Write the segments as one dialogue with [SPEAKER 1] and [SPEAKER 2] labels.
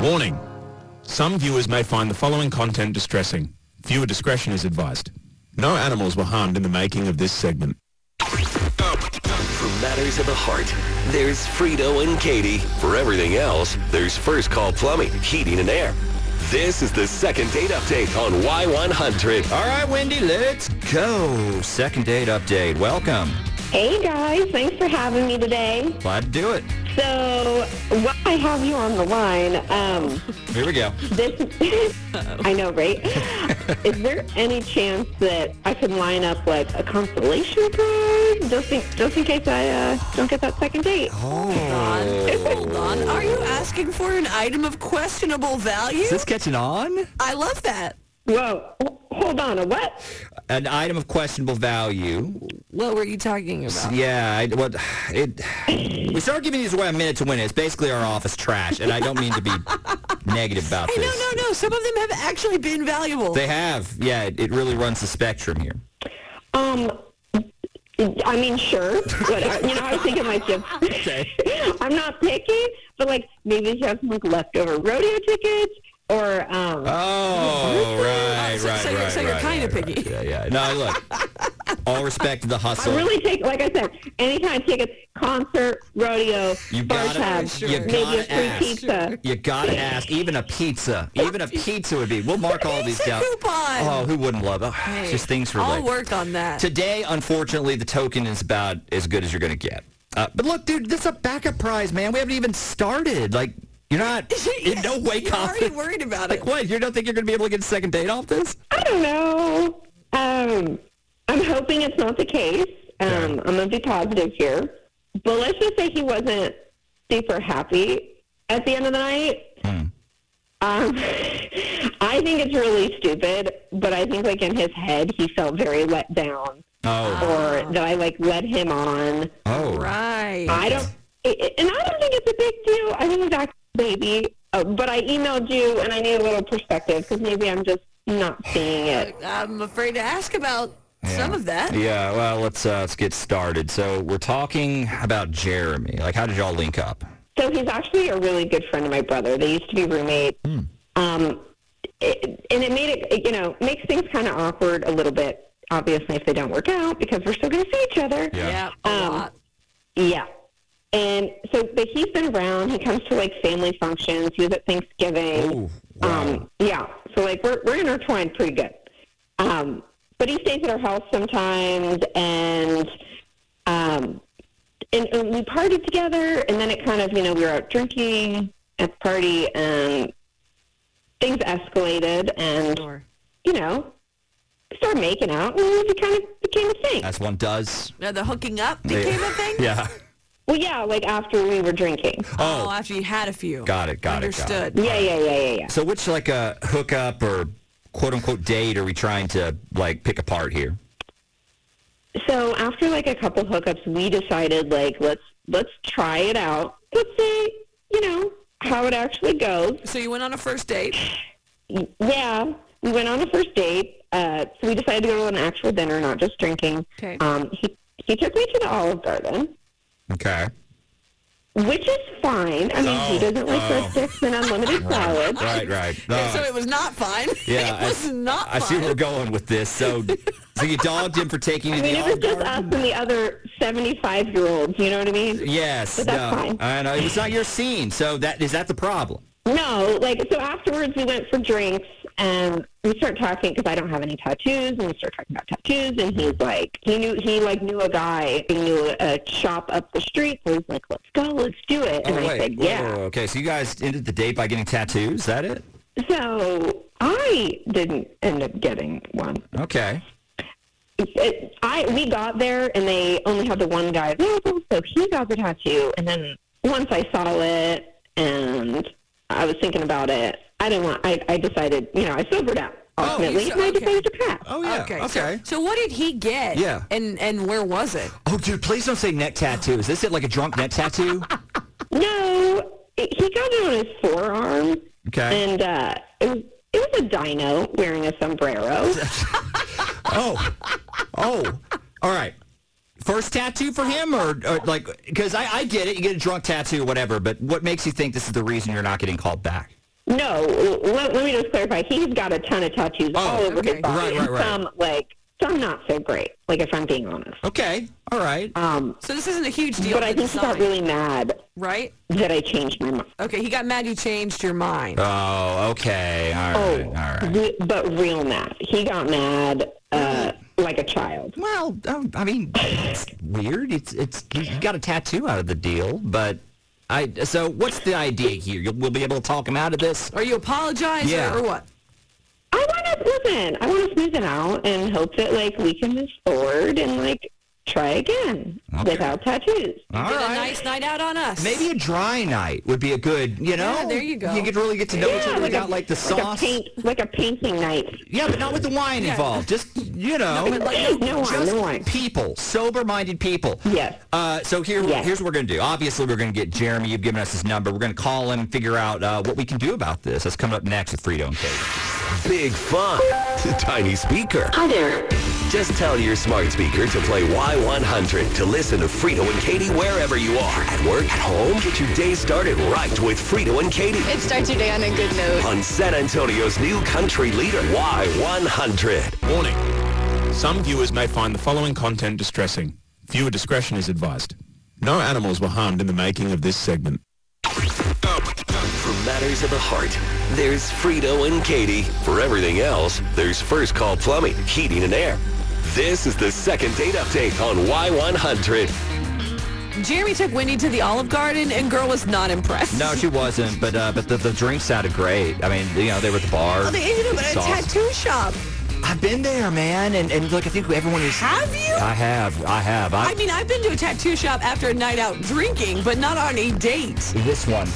[SPEAKER 1] Warning. Some viewers may find the following content distressing. Viewer discretion is advised. No animals were harmed in the making of this segment.
[SPEAKER 2] For matters of the heart, there's Frito and Katie. For everything else, there's First Call Plumbing, Heating and Air. This is the second date update on Y100.
[SPEAKER 3] All right, Wendy, let's go. Second date update. Welcome.
[SPEAKER 4] Hey guys, thanks for having me today.
[SPEAKER 3] Glad to do it.
[SPEAKER 4] So, while I have you on the line, um,
[SPEAKER 3] Here we go.
[SPEAKER 4] this I know, right? Is there any chance that I can line up like a consolation prize just in, just in case I uh, don't get that second date?
[SPEAKER 5] Hold on. Hold on. Are you asking for an item of questionable value?
[SPEAKER 3] Is this catching on?
[SPEAKER 5] I love that.
[SPEAKER 4] Whoa, h- hold on, a what?
[SPEAKER 3] An item of questionable value.
[SPEAKER 5] What were you talking about?
[SPEAKER 3] Yeah, I, what it. We start giving these away a minute to win. it. It's basically our office trash, and I don't mean to be negative about
[SPEAKER 5] Hey,
[SPEAKER 3] this.
[SPEAKER 5] no, no, no. Some of them have actually been valuable.
[SPEAKER 3] They have. Yeah, it, it really runs the spectrum here.
[SPEAKER 4] Um, I mean, sure, but uh, you know, I was thinking like if I'm not picky, but like maybe if you have some like leftover rodeo tickets or um.
[SPEAKER 3] Oh, right,
[SPEAKER 5] so-
[SPEAKER 3] right,
[SPEAKER 5] so you're-
[SPEAKER 3] right,
[SPEAKER 5] so you're
[SPEAKER 3] right,
[SPEAKER 5] kinda
[SPEAKER 3] right, right.
[SPEAKER 5] picky.
[SPEAKER 3] Yeah, yeah. No, look. All respect to the hustle.
[SPEAKER 4] I really take, like I said, any kind of tickets, concert, rodeo,
[SPEAKER 3] You
[SPEAKER 4] bar
[SPEAKER 3] gotta-
[SPEAKER 4] tab,
[SPEAKER 3] Sure. you
[SPEAKER 4] maybe
[SPEAKER 3] gotta
[SPEAKER 4] a free
[SPEAKER 3] ask.
[SPEAKER 4] pizza.
[SPEAKER 3] You gotta ask. Even a pizza. Even a pizza would be. We'll mark all these
[SPEAKER 5] Pizza
[SPEAKER 3] down.
[SPEAKER 5] coupon.
[SPEAKER 3] Oh, who wouldn't love it?
[SPEAKER 5] Hey,
[SPEAKER 3] Just things for
[SPEAKER 5] I'll
[SPEAKER 3] like.
[SPEAKER 5] work on that.
[SPEAKER 3] Today, unfortunately, the token is about as good as you're gonna get. Uh, but look, dude, this is a backup prize, man. We haven't even started. Like, you're not in no way
[SPEAKER 5] You're already
[SPEAKER 3] confident.
[SPEAKER 5] worried about it.
[SPEAKER 3] Like, what? You don't think you're gonna be able to get a second date off this?
[SPEAKER 4] I don't know. Um, I'm hoping it's not the case. Um, I'm going to be positive here. But let's just say he wasn't super happy at the end of the night.
[SPEAKER 3] Hmm.
[SPEAKER 4] Um, I think it's really stupid, but I think like in his head, he felt very let down
[SPEAKER 3] Oh.
[SPEAKER 4] or that I like led him on.
[SPEAKER 3] Oh.
[SPEAKER 5] Right.
[SPEAKER 4] I don't, it- it- and I don't think it's a big deal. I think it's actually a baby. Uh, but I emailed you, and I need a little perspective because maybe I'm just not seeing it.
[SPEAKER 5] I'm afraid to ask about some of that.
[SPEAKER 3] Yeah, well, let's uh, let's get started. So we're talking about Jeremy. Like, how did y'all link up?
[SPEAKER 4] So he's actually a really good friend of my brother. They used to be roommates. Um, it, and it made it, it, you know, makes things kind of awkward a little bit, obviously, if they don't work out because we're still going to see each other.
[SPEAKER 5] Yeah, a
[SPEAKER 4] Um,
[SPEAKER 5] lot.
[SPEAKER 4] Yeah. And so, but he's been around. He comes to like family functions. He was at Thanksgiving.
[SPEAKER 3] Ooh, Oh, wow.
[SPEAKER 4] Um, yeah. So like we're we're intertwined pretty good. Um, but he stays at our house sometimes, and um, and, and we partied together. And then it kind of you know we were out drinking at the party, and things escalated, and
[SPEAKER 5] Sure.
[SPEAKER 4] you know started making out, and it kind of became a thing.
[SPEAKER 3] As one does.
[SPEAKER 5] Now the hooking up became a thing?
[SPEAKER 3] Yeah.
[SPEAKER 4] Well, yeah, like after we were drinking.
[SPEAKER 5] Oh, after you had a few.
[SPEAKER 3] Got it, got it, got it.
[SPEAKER 5] Understood.
[SPEAKER 4] Yeah, yeah, yeah, yeah, yeah.
[SPEAKER 3] So which like a hookup or quote unquote date are we trying to like pick apart here?
[SPEAKER 4] So after like a couple hookups, we decided like let's let's try it out. Let's see, you know, how it actually goes.
[SPEAKER 5] So you went on a first date.
[SPEAKER 4] Yeah, we went on a first date. Uh, so we decided to go to an actual dinner, not just drinking.
[SPEAKER 5] Okay.
[SPEAKER 4] Um, he he took me to the Olive Garden,
[SPEAKER 3] Okay.
[SPEAKER 4] which is fine. I mean, he doesn't like breadsticks and unlimited salad.
[SPEAKER 3] Oh, Right, right.
[SPEAKER 5] so
[SPEAKER 3] Uh,
[SPEAKER 5] it was not fine.
[SPEAKER 3] yeah,
[SPEAKER 5] it was
[SPEAKER 3] I,
[SPEAKER 5] not
[SPEAKER 3] I
[SPEAKER 5] fine.
[SPEAKER 3] see where we're going with this. So so you dogged him for taking you
[SPEAKER 4] I
[SPEAKER 3] to
[SPEAKER 4] mean,
[SPEAKER 3] the
[SPEAKER 4] it was
[SPEAKER 3] Olive
[SPEAKER 4] just
[SPEAKER 3] Garden?
[SPEAKER 4] us and the other seventy-five-year-olds. You know what I mean?
[SPEAKER 3] Yes.
[SPEAKER 4] But that's
[SPEAKER 3] no.
[SPEAKER 4] fine.
[SPEAKER 3] I know. It was not your scene. So that is that the problem?
[SPEAKER 4] No, like so afterwards we went for drinks and we start talking because I don't have any tattoos and we start talking about tattoos and he's like he knew he like knew a guy he knew a shop up the street so he's like let's go let's do it and I said
[SPEAKER 3] Whoa,
[SPEAKER 4] yeah
[SPEAKER 3] Oh, whoa, whoa. Okay, so you guys ended the date by getting tattoos, is that it?
[SPEAKER 4] so I didn't end up getting one
[SPEAKER 3] Okay.
[SPEAKER 4] it, I we got there and they only had the one guy available so he got the tattoo and then once I saw it and I was thinking about it. I didn't want. I, I decided. You know, I sobered up ultimately,
[SPEAKER 5] so-
[SPEAKER 4] and I
[SPEAKER 5] okay.
[SPEAKER 4] decided to pass.
[SPEAKER 3] Oh yeah.
[SPEAKER 5] Okay.
[SPEAKER 3] Okay.
[SPEAKER 5] so- So, what did he get?
[SPEAKER 3] Yeah.
[SPEAKER 5] And and where was it?
[SPEAKER 3] Oh, dude, please don't say neck tattoo. Is this it, like a drunk neck tattoo?
[SPEAKER 4] No, it, he got it on his forearm,
[SPEAKER 3] Okay.
[SPEAKER 4] and uh, it was it was a dino wearing a sombrero.
[SPEAKER 3] Oh, oh, all right. First tattoo for him, or, or like, because I, I get it, you get a drunk tattoo or whatever, but what makes you think this is the reason you're not getting called back?
[SPEAKER 4] No, let, let me just clarify. He's got a ton of tattoos all over
[SPEAKER 5] okay.
[SPEAKER 4] his body.
[SPEAKER 3] Oh, Right, right, right.
[SPEAKER 4] Some like some not so great. Like if I'm being honest.
[SPEAKER 3] Okay, all right.
[SPEAKER 4] Um,
[SPEAKER 5] So this isn't a huge deal.
[SPEAKER 4] but I
[SPEAKER 5] to
[SPEAKER 4] think he got
[SPEAKER 5] decide,
[SPEAKER 4] really mad
[SPEAKER 5] right.
[SPEAKER 4] that I changed my mind.
[SPEAKER 5] Okay, he got mad. You changed your mind.
[SPEAKER 3] Oh, okay, all
[SPEAKER 4] Oh,
[SPEAKER 3] right, all right.
[SPEAKER 4] re- but real mad. He got mad uh, like a child.
[SPEAKER 3] Well, um, I mean, it's weird. It's it's you got a tattoo out of the deal, but I. So what's the idea here? You'll, we'll be able to talk him out of this.
[SPEAKER 5] Or you apologize? or-
[SPEAKER 3] Yeah.
[SPEAKER 5] Or, what?
[SPEAKER 4] I want to listen. I want to smooth it out and hope that like we can move forward and like try again
[SPEAKER 3] Okay.
[SPEAKER 4] without tattoos.
[SPEAKER 3] All
[SPEAKER 5] Get a
[SPEAKER 3] right.
[SPEAKER 5] nice night out on us.
[SPEAKER 3] Maybe a dry night would be a good, you know.
[SPEAKER 5] Yeah, there you go.
[SPEAKER 3] You could really get to know each other
[SPEAKER 4] like
[SPEAKER 3] without
[SPEAKER 4] a-
[SPEAKER 3] like the
[SPEAKER 4] Like a
[SPEAKER 3] sauce.
[SPEAKER 4] paint, like a painting night.
[SPEAKER 3] Yeah, but not with the wine involved. Just you know,
[SPEAKER 4] no wine,
[SPEAKER 3] just
[SPEAKER 4] no wine.
[SPEAKER 3] people, sober-minded people.
[SPEAKER 4] Yes.
[SPEAKER 3] Uh, so here,
[SPEAKER 4] Yes.
[SPEAKER 3] here's what we're gonna do. Obviously, we're gonna get Jeremy. You've given us his number. We're gonna call him and figure out uh, what we can do about this. That's coming up next with Frito and Kate.
[SPEAKER 2] Big fun. Tiny speaker.
[SPEAKER 6] Hi there.
[SPEAKER 2] Just tell your smart speaker to play Y100 to listen to Frito and Katie wherever you are. At work, at home, get your day started right with Frito and Katie
[SPEAKER 6] It starts your day on a good note.
[SPEAKER 2] on San Antonio's new country leader, Y100.
[SPEAKER 1] Warning. Some viewers may find the following content distressing. Viewer discretion is advised. No animals were harmed in the making of this segment.
[SPEAKER 2] For matters of the heart, there's Frito and Katie. For everything else, there's First Call Plumbing, Heating and Air. This is the second date update on Y100.
[SPEAKER 5] Jeremy took Wendy to the Olive Garden, and girl was not impressed.
[SPEAKER 3] No, she wasn't. But uh, but the, the drinks sounded great. I mean, you know, they were at the bar.
[SPEAKER 5] Oh, they ended up at a
[SPEAKER 3] Sauce.
[SPEAKER 5] tattoo shop.
[SPEAKER 3] I've been there, man. And and look, I think everyone is.
[SPEAKER 5] Have you?
[SPEAKER 3] I have. I have. I,
[SPEAKER 5] I mean, I've been to a tattoo shop after a night out drinking, but not on a date.
[SPEAKER 3] This one.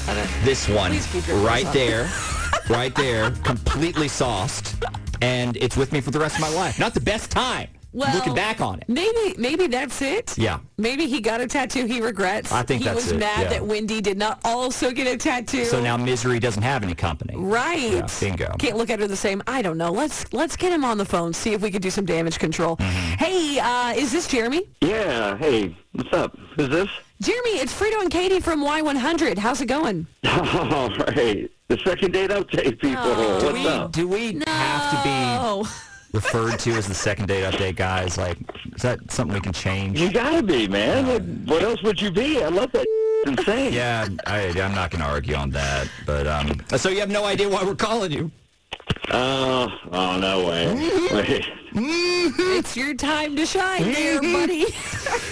[SPEAKER 3] This one.
[SPEAKER 5] Please keep your
[SPEAKER 3] Right
[SPEAKER 5] voice up.
[SPEAKER 3] there. Right there. Completely sauced. And it's with me for the rest of my life. Not the best time.
[SPEAKER 5] Well,
[SPEAKER 3] looking back on it.
[SPEAKER 5] maybe maybe that's it.
[SPEAKER 3] Yeah.
[SPEAKER 5] Maybe he got a tattoo he regrets.
[SPEAKER 3] I think
[SPEAKER 5] he
[SPEAKER 3] that's
[SPEAKER 5] was
[SPEAKER 3] it,
[SPEAKER 5] mad
[SPEAKER 3] yeah.
[SPEAKER 5] that Wendy did not also get a tattoo.
[SPEAKER 3] So now misery doesn't have any company.
[SPEAKER 5] Right.
[SPEAKER 3] Yeah, bingo.
[SPEAKER 5] Can't look at her the same. I don't know. Let's let's get him on the phone. See if we could do some damage control.
[SPEAKER 3] Mm-hmm.
[SPEAKER 5] Hey, uh, is this Jeremy?
[SPEAKER 7] Yeah, hey, what's up? Who's this?
[SPEAKER 5] Jeremy, it's Frito and Katie from Y100. How's it going?
[SPEAKER 7] All right, the second date update, people.
[SPEAKER 6] Oh.
[SPEAKER 3] Do
[SPEAKER 7] what's
[SPEAKER 3] we,
[SPEAKER 7] up?
[SPEAKER 3] do we have to
[SPEAKER 5] Oh,
[SPEAKER 3] be referred to as the second date update, guys? Like, is that something we can change?
[SPEAKER 7] You gotta be, man. What, what else would you be? I love that. It's insane.
[SPEAKER 3] Yeah, I, I'm not going to argue on that. But um, so you have no idea why we're calling you.
[SPEAKER 7] Oh, oh, no way. Wait.
[SPEAKER 5] it's your time to shine there, buddy.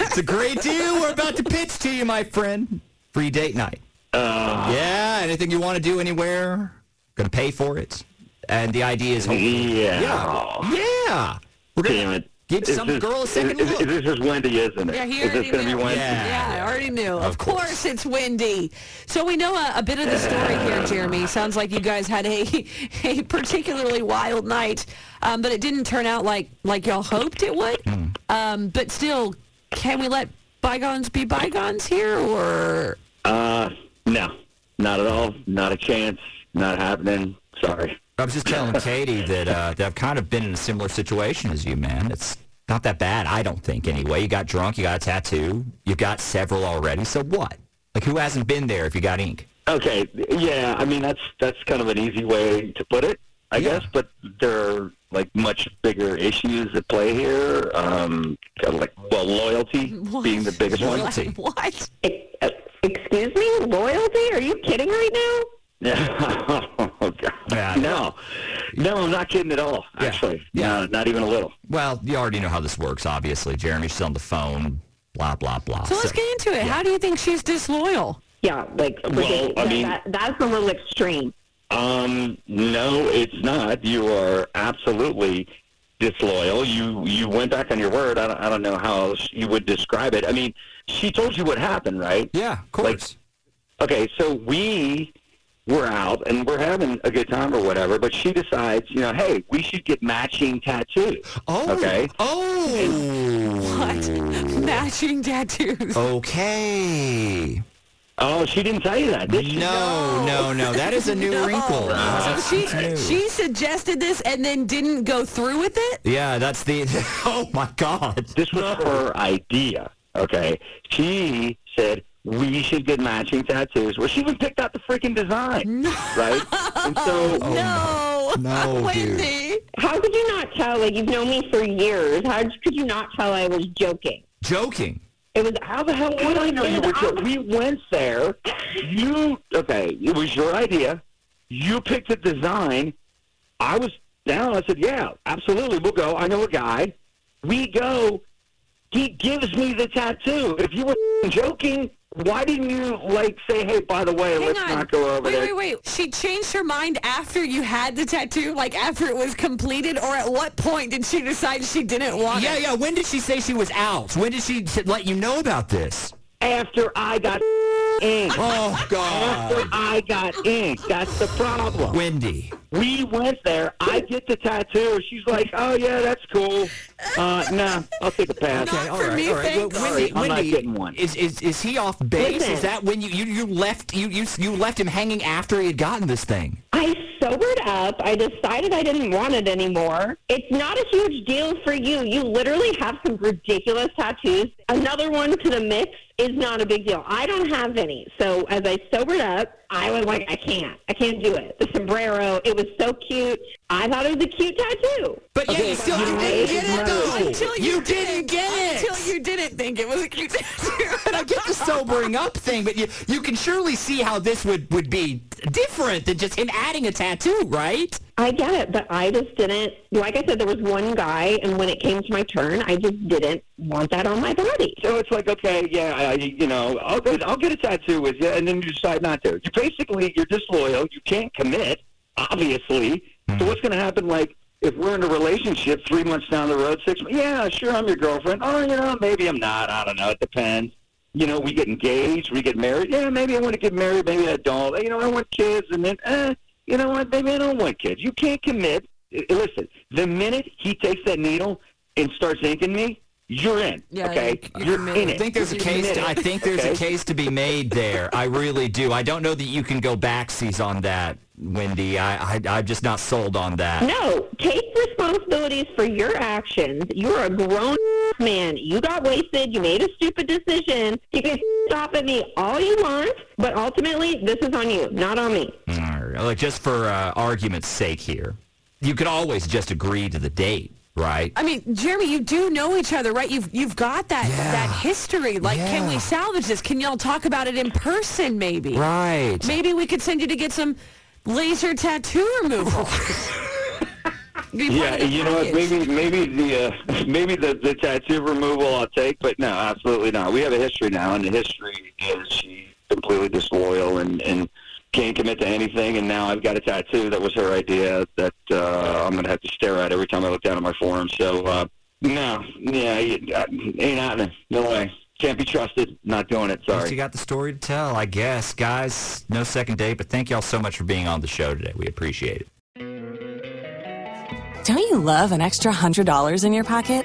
[SPEAKER 3] It's a great deal we're about to pitch to you, my friend. Free date night. Uh. yeah, anything you want to do anywhere, gonna pay for it. And the idea is, oh,
[SPEAKER 7] Yeah.
[SPEAKER 3] yeah, yeah, we're gonna
[SPEAKER 7] Damn it.
[SPEAKER 3] give
[SPEAKER 7] Is
[SPEAKER 3] some
[SPEAKER 7] this-
[SPEAKER 3] girl a second
[SPEAKER 7] is,
[SPEAKER 3] look.
[SPEAKER 7] is, This is Wendy, isn't it?
[SPEAKER 5] Yeah, he
[SPEAKER 7] is
[SPEAKER 5] already
[SPEAKER 7] this gonna
[SPEAKER 5] knew.
[SPEAKER 7] be Wendy?
[SPEAKER 3] Yeah.
[SPEAKER 5] Yeah, I already knew. Of,
[SPEAKER 3] course.
[SPEAKER 5] it's windy. So we know a, a bit of the story here, Jeremy. Sounds like you guys had a, a particularly wild night, um, but it didn't turn out like, like y'all hoped it would.
[SPEAKER 3] Hmm.
[SPEAKER 5] Um, but still, can we let bygones be bygones here? Or
[SPEAKER 7] Uh, no, not at all. Not a chance. Not happening. Sorry.
[SPEAKER 3] I was just telling Katie that, uh, that I've kind of been in a similar situation as you, man. It's not that bad, I don't think. Anyway, you got drunk, you got a tattoo, you got several already. So what? Like, who hasn't been there if you got ink?
[SPEAKER 7] Okay, yeah, I mean that's that's kind of an easy way to put it, I
[SPEAKER 3] Yeah.
[SPEAKER 7] guess. But there are like much bigger issues at play here. Um, kind of like well, loyalty being the biggest one.
[SPEAKER 3] Loyalty.
[SPEAKER 5] what?
[SPEAKER 4] E- uh, Excuse me, loyalty? Are you kidding right now?
[SPEAKER 7] Yeah. oh, God.
[SPEAKER 3] Yeah.
[SPEAKER 7] No, no, I'm not kidding at all.
[SPEAKER 3] Yeah.
[SPEAKER 7] Actually,
[SPEAKER 3] Yeah.
[SPEAKER 7] no, not even a little.
[SPEAKER 3] Well, you already know how this works, obviously. Jeremy's still on the phone, blah, blah, blah.
[SPEAKER 5] So let's
[SPEAKER 3] So-
[SPEAKER 5] get into it. How do you think she's disloyal?
[SPEAKER 4] Yeah, like
[SPEAKER 7] Well, I
[SPEAKER 4] yeah,
[SPEAKER 7] mean-
[SPEAKER 4] that, that's a little extreme.
[SPEAKER 7] Um, no, it's not. You are absolutely disloyal. You you went back on your word. I don't, I don't know how else you would describe it. I mean, she told you what happened, right?
[SPEAKER 3] Yeah, of
[SPEAKER 7] Like- Okay, so we we're out and we're having a good time or whatever, but she decides, you know, hey, we should get matching tattoos.
[SPEAKER 3] Oh.
[SPEAKER 7] Okay.
[SPEAKER 3] Oh.
[SPEAKER 5] What? Matching tattoos.
[SPEAKER 3] Okay.
[SPEAKER 7] Oh, she didn't tell you that, did she?
[SPEAKER 3] No, no, no. That is a new
[SPEAKER 5] No.
[SPEAKER 3] wrinkle. That's
[SPEAKER 5] She
[SPEAKER 3] new.
[SPEAKER 5] she suggested this and then didn't go through with it.
[SPEAKER 3] yeah, that's the. Oh my God.
[SPEAKER 7] This was her idea. Okay. She said we should get matching tattoos. Well, she even picked out the freaking design, right? And so
[SPEAKER 5] no,
[SPEAKER 3] Oh, No, dude.
[SPEAKER 5] Wendy.
[SPEAKER 4] How could you not tell? Like you've known me for years. How could you not tell I was joking?
[SPEAKER 3] Joking.
[SPEAKER 4] It was how the hell
[SPEAKER 7] How
[SPEAKER 4] would
[SPEAKER 7] do I know you were
[SPEAKER 4] I
[SPEAKER 7] joking? We went there. You okay? It was your idea. You picked the design. I was down. I said, "Yeah, absolutely, we'll go." I know a guy. We go. He gives me the tattoo. If you were joking, why didn't you like say, "Hey, by the way,
[SPEAKER 5] Hang
[SPEAKER 7] let's
[SPEAKER 5] on.
[SPEAKER 7] not go over
[SPEAKER 5] wait,
[SPEAKER 7] there"?
[SPEAKER 5] wait, wait. She changed her mind after you had the tattoo, like after it was completed, or at what point did she decide she didn't want
[SPEAKER 3] Yeah,
[SPEAKER 5] it?
[SPEAKER 3] yeah. When did she say she was out? When did she t- let you know about this?
[SPEAKER 7] After I got in.
[SPEAKER 3] Oh God.
[SPEAKER 7] After I got in. That's the problem.
[SPEAKER 3] Wendy.
[SPEAKER 7] We went there. I get the tattoo. She's like, "Oh yeah, that's cool." Uh, nah, I'll take a pass.
[SPEAKER 5] Not for me, thanks.
[SPEAKER 3] Wendy,
[SPEAKER 7] Sorry, I'm not
[SPEAKER 3] Wendy,
[SPEAKER 7] getting one.
[SPEAKER 3] Is, is is he off base?
[SPEAKER 4] Listen.
[SPEAKER 3] Is that when you, you you left you you you left him hanging after he had gotten this thing?
[SPEAKER 4] I sobered up. I decided I didn't want it anymore. It's not a huge deal for you. You literally have some ridiculous tattoos. Another one to the mix is not a big deal. I don't have any. So as I sobered up, I was like, I can't. I can't do it. The sombrero, it was so cute. I thought it was a cute tattoo.
[SPEAKER 3] But yeah, you still
[SPEAKER 4] but
[SPEAKER 3] didn't
[SPEAKER 4] it
[SPEAKER 3] get
[SPEAKER 4] is
[SPEAKER 3] it
[SPEAKER 4] wrong.
[SPEAKER 3] though.
[SPEAKER 5] Until you,
[SPEAKER 3] didn't get it.
[SPEAKER 5] Until you didn't think it was a cute
[SPEAKER 3] and I
[SPEAKER 5] tattoo.
[SPEAKER 3] get the sobering up thing, but you you can surely see how this would would be different than just him adding a tattoo, right?
[SPEAKER 4] I get it, but I just didn't. Like I said, there was one guy, and when it came to my turn, I just didn't want that on my body.
[SPEAKER 7] so it's like, okay, yeah, I, you know, I'll go, I'll get a tattoo with you, and then you decide not to. You basically, you're disloyal. You can't commit, obviously. So what's going to happen? Like, if we're in a relationship three months down the road, six, months, yeah, sure, I'm your girlfriend. Oh, you know, maybe I'm not. I don't know. It depends. You know, we get engaged, we get married. Yeah, maybe I want to get married. Maybe I don't. You know, I want kids, and then, eh, you know what? Maybe I don't want kids. You can't commit. I- Listen, the minute he takes that needle and starts inking me, you're in.
[SPEAKER 5] Yeah,
[SPEAKER 7] okay,
[SPEAKER 5] you-
[SPEAKER 7] you're
[SPEAKER 5] you're
[SPEAKER 7] in
[SPEAKER 3] I
[SPEAKER 7] it.
[SPEAKER 3] think there's a case. To, I think there's a
[SPEAKER 7] Okay.
[SPEAKER 3] case to be made there. I really do. I don't know that you can go backseas on that, Wendy. I, I I'm just not sold on that.
[SPEAKER 4] No, take responsibilities for your actions. You're a grown man. You got wasted. You made a stupid decision. You can stop at me all you want, but ultimately, this is on you, not on me.
[SPEAKER 3] Arr, Mm, Like just for uh, argument's sake here, you could always just agree to the date, right?
[SPEAKER 5] I mean, Jeremy, you do know each other, right? You've you've got that
[SPEAKER 3] Yeah.
[SPEAKER 5] that history. Like, can we
[SPEAKER 3] Yeah.
[SPEAKER 5] salvage this? Can y'all talk about it in person, maybe?
[SPEAKER 3] Right.
[SPEAKER 5] Maybe we could send you to get some laser tattoo removal. Be part
[SPEAKER 7] Yeah,
[SPEAKER 5] of the
[SPEAKER 7] you know what?
[SPEAKER 5] package.
[SPEAKER 7] Maybe maybe the uh, maybe the, the tattoo removal I'll take, but no, absolutely not. We have a history now, and the history is she's completely disloyal and and can't commit to anything. And now I've got a tattoo that was her idea that uh, I'm gonna have to stare at every time I look down at my forearm. So uh, no, yeah, you- uh, ain't happening. No way. Can't be trusted. Not doing it.
[SPEAKER 3] At least You
[SPEAKER 7] Sorry.
[SPEAKER 3] got the story to tell, I guess. Guys, no second date, but thank y'all so much for being on the show today. We appreciate it.
[SPEAKER 6] Don't you love an extra $100 in your pocket?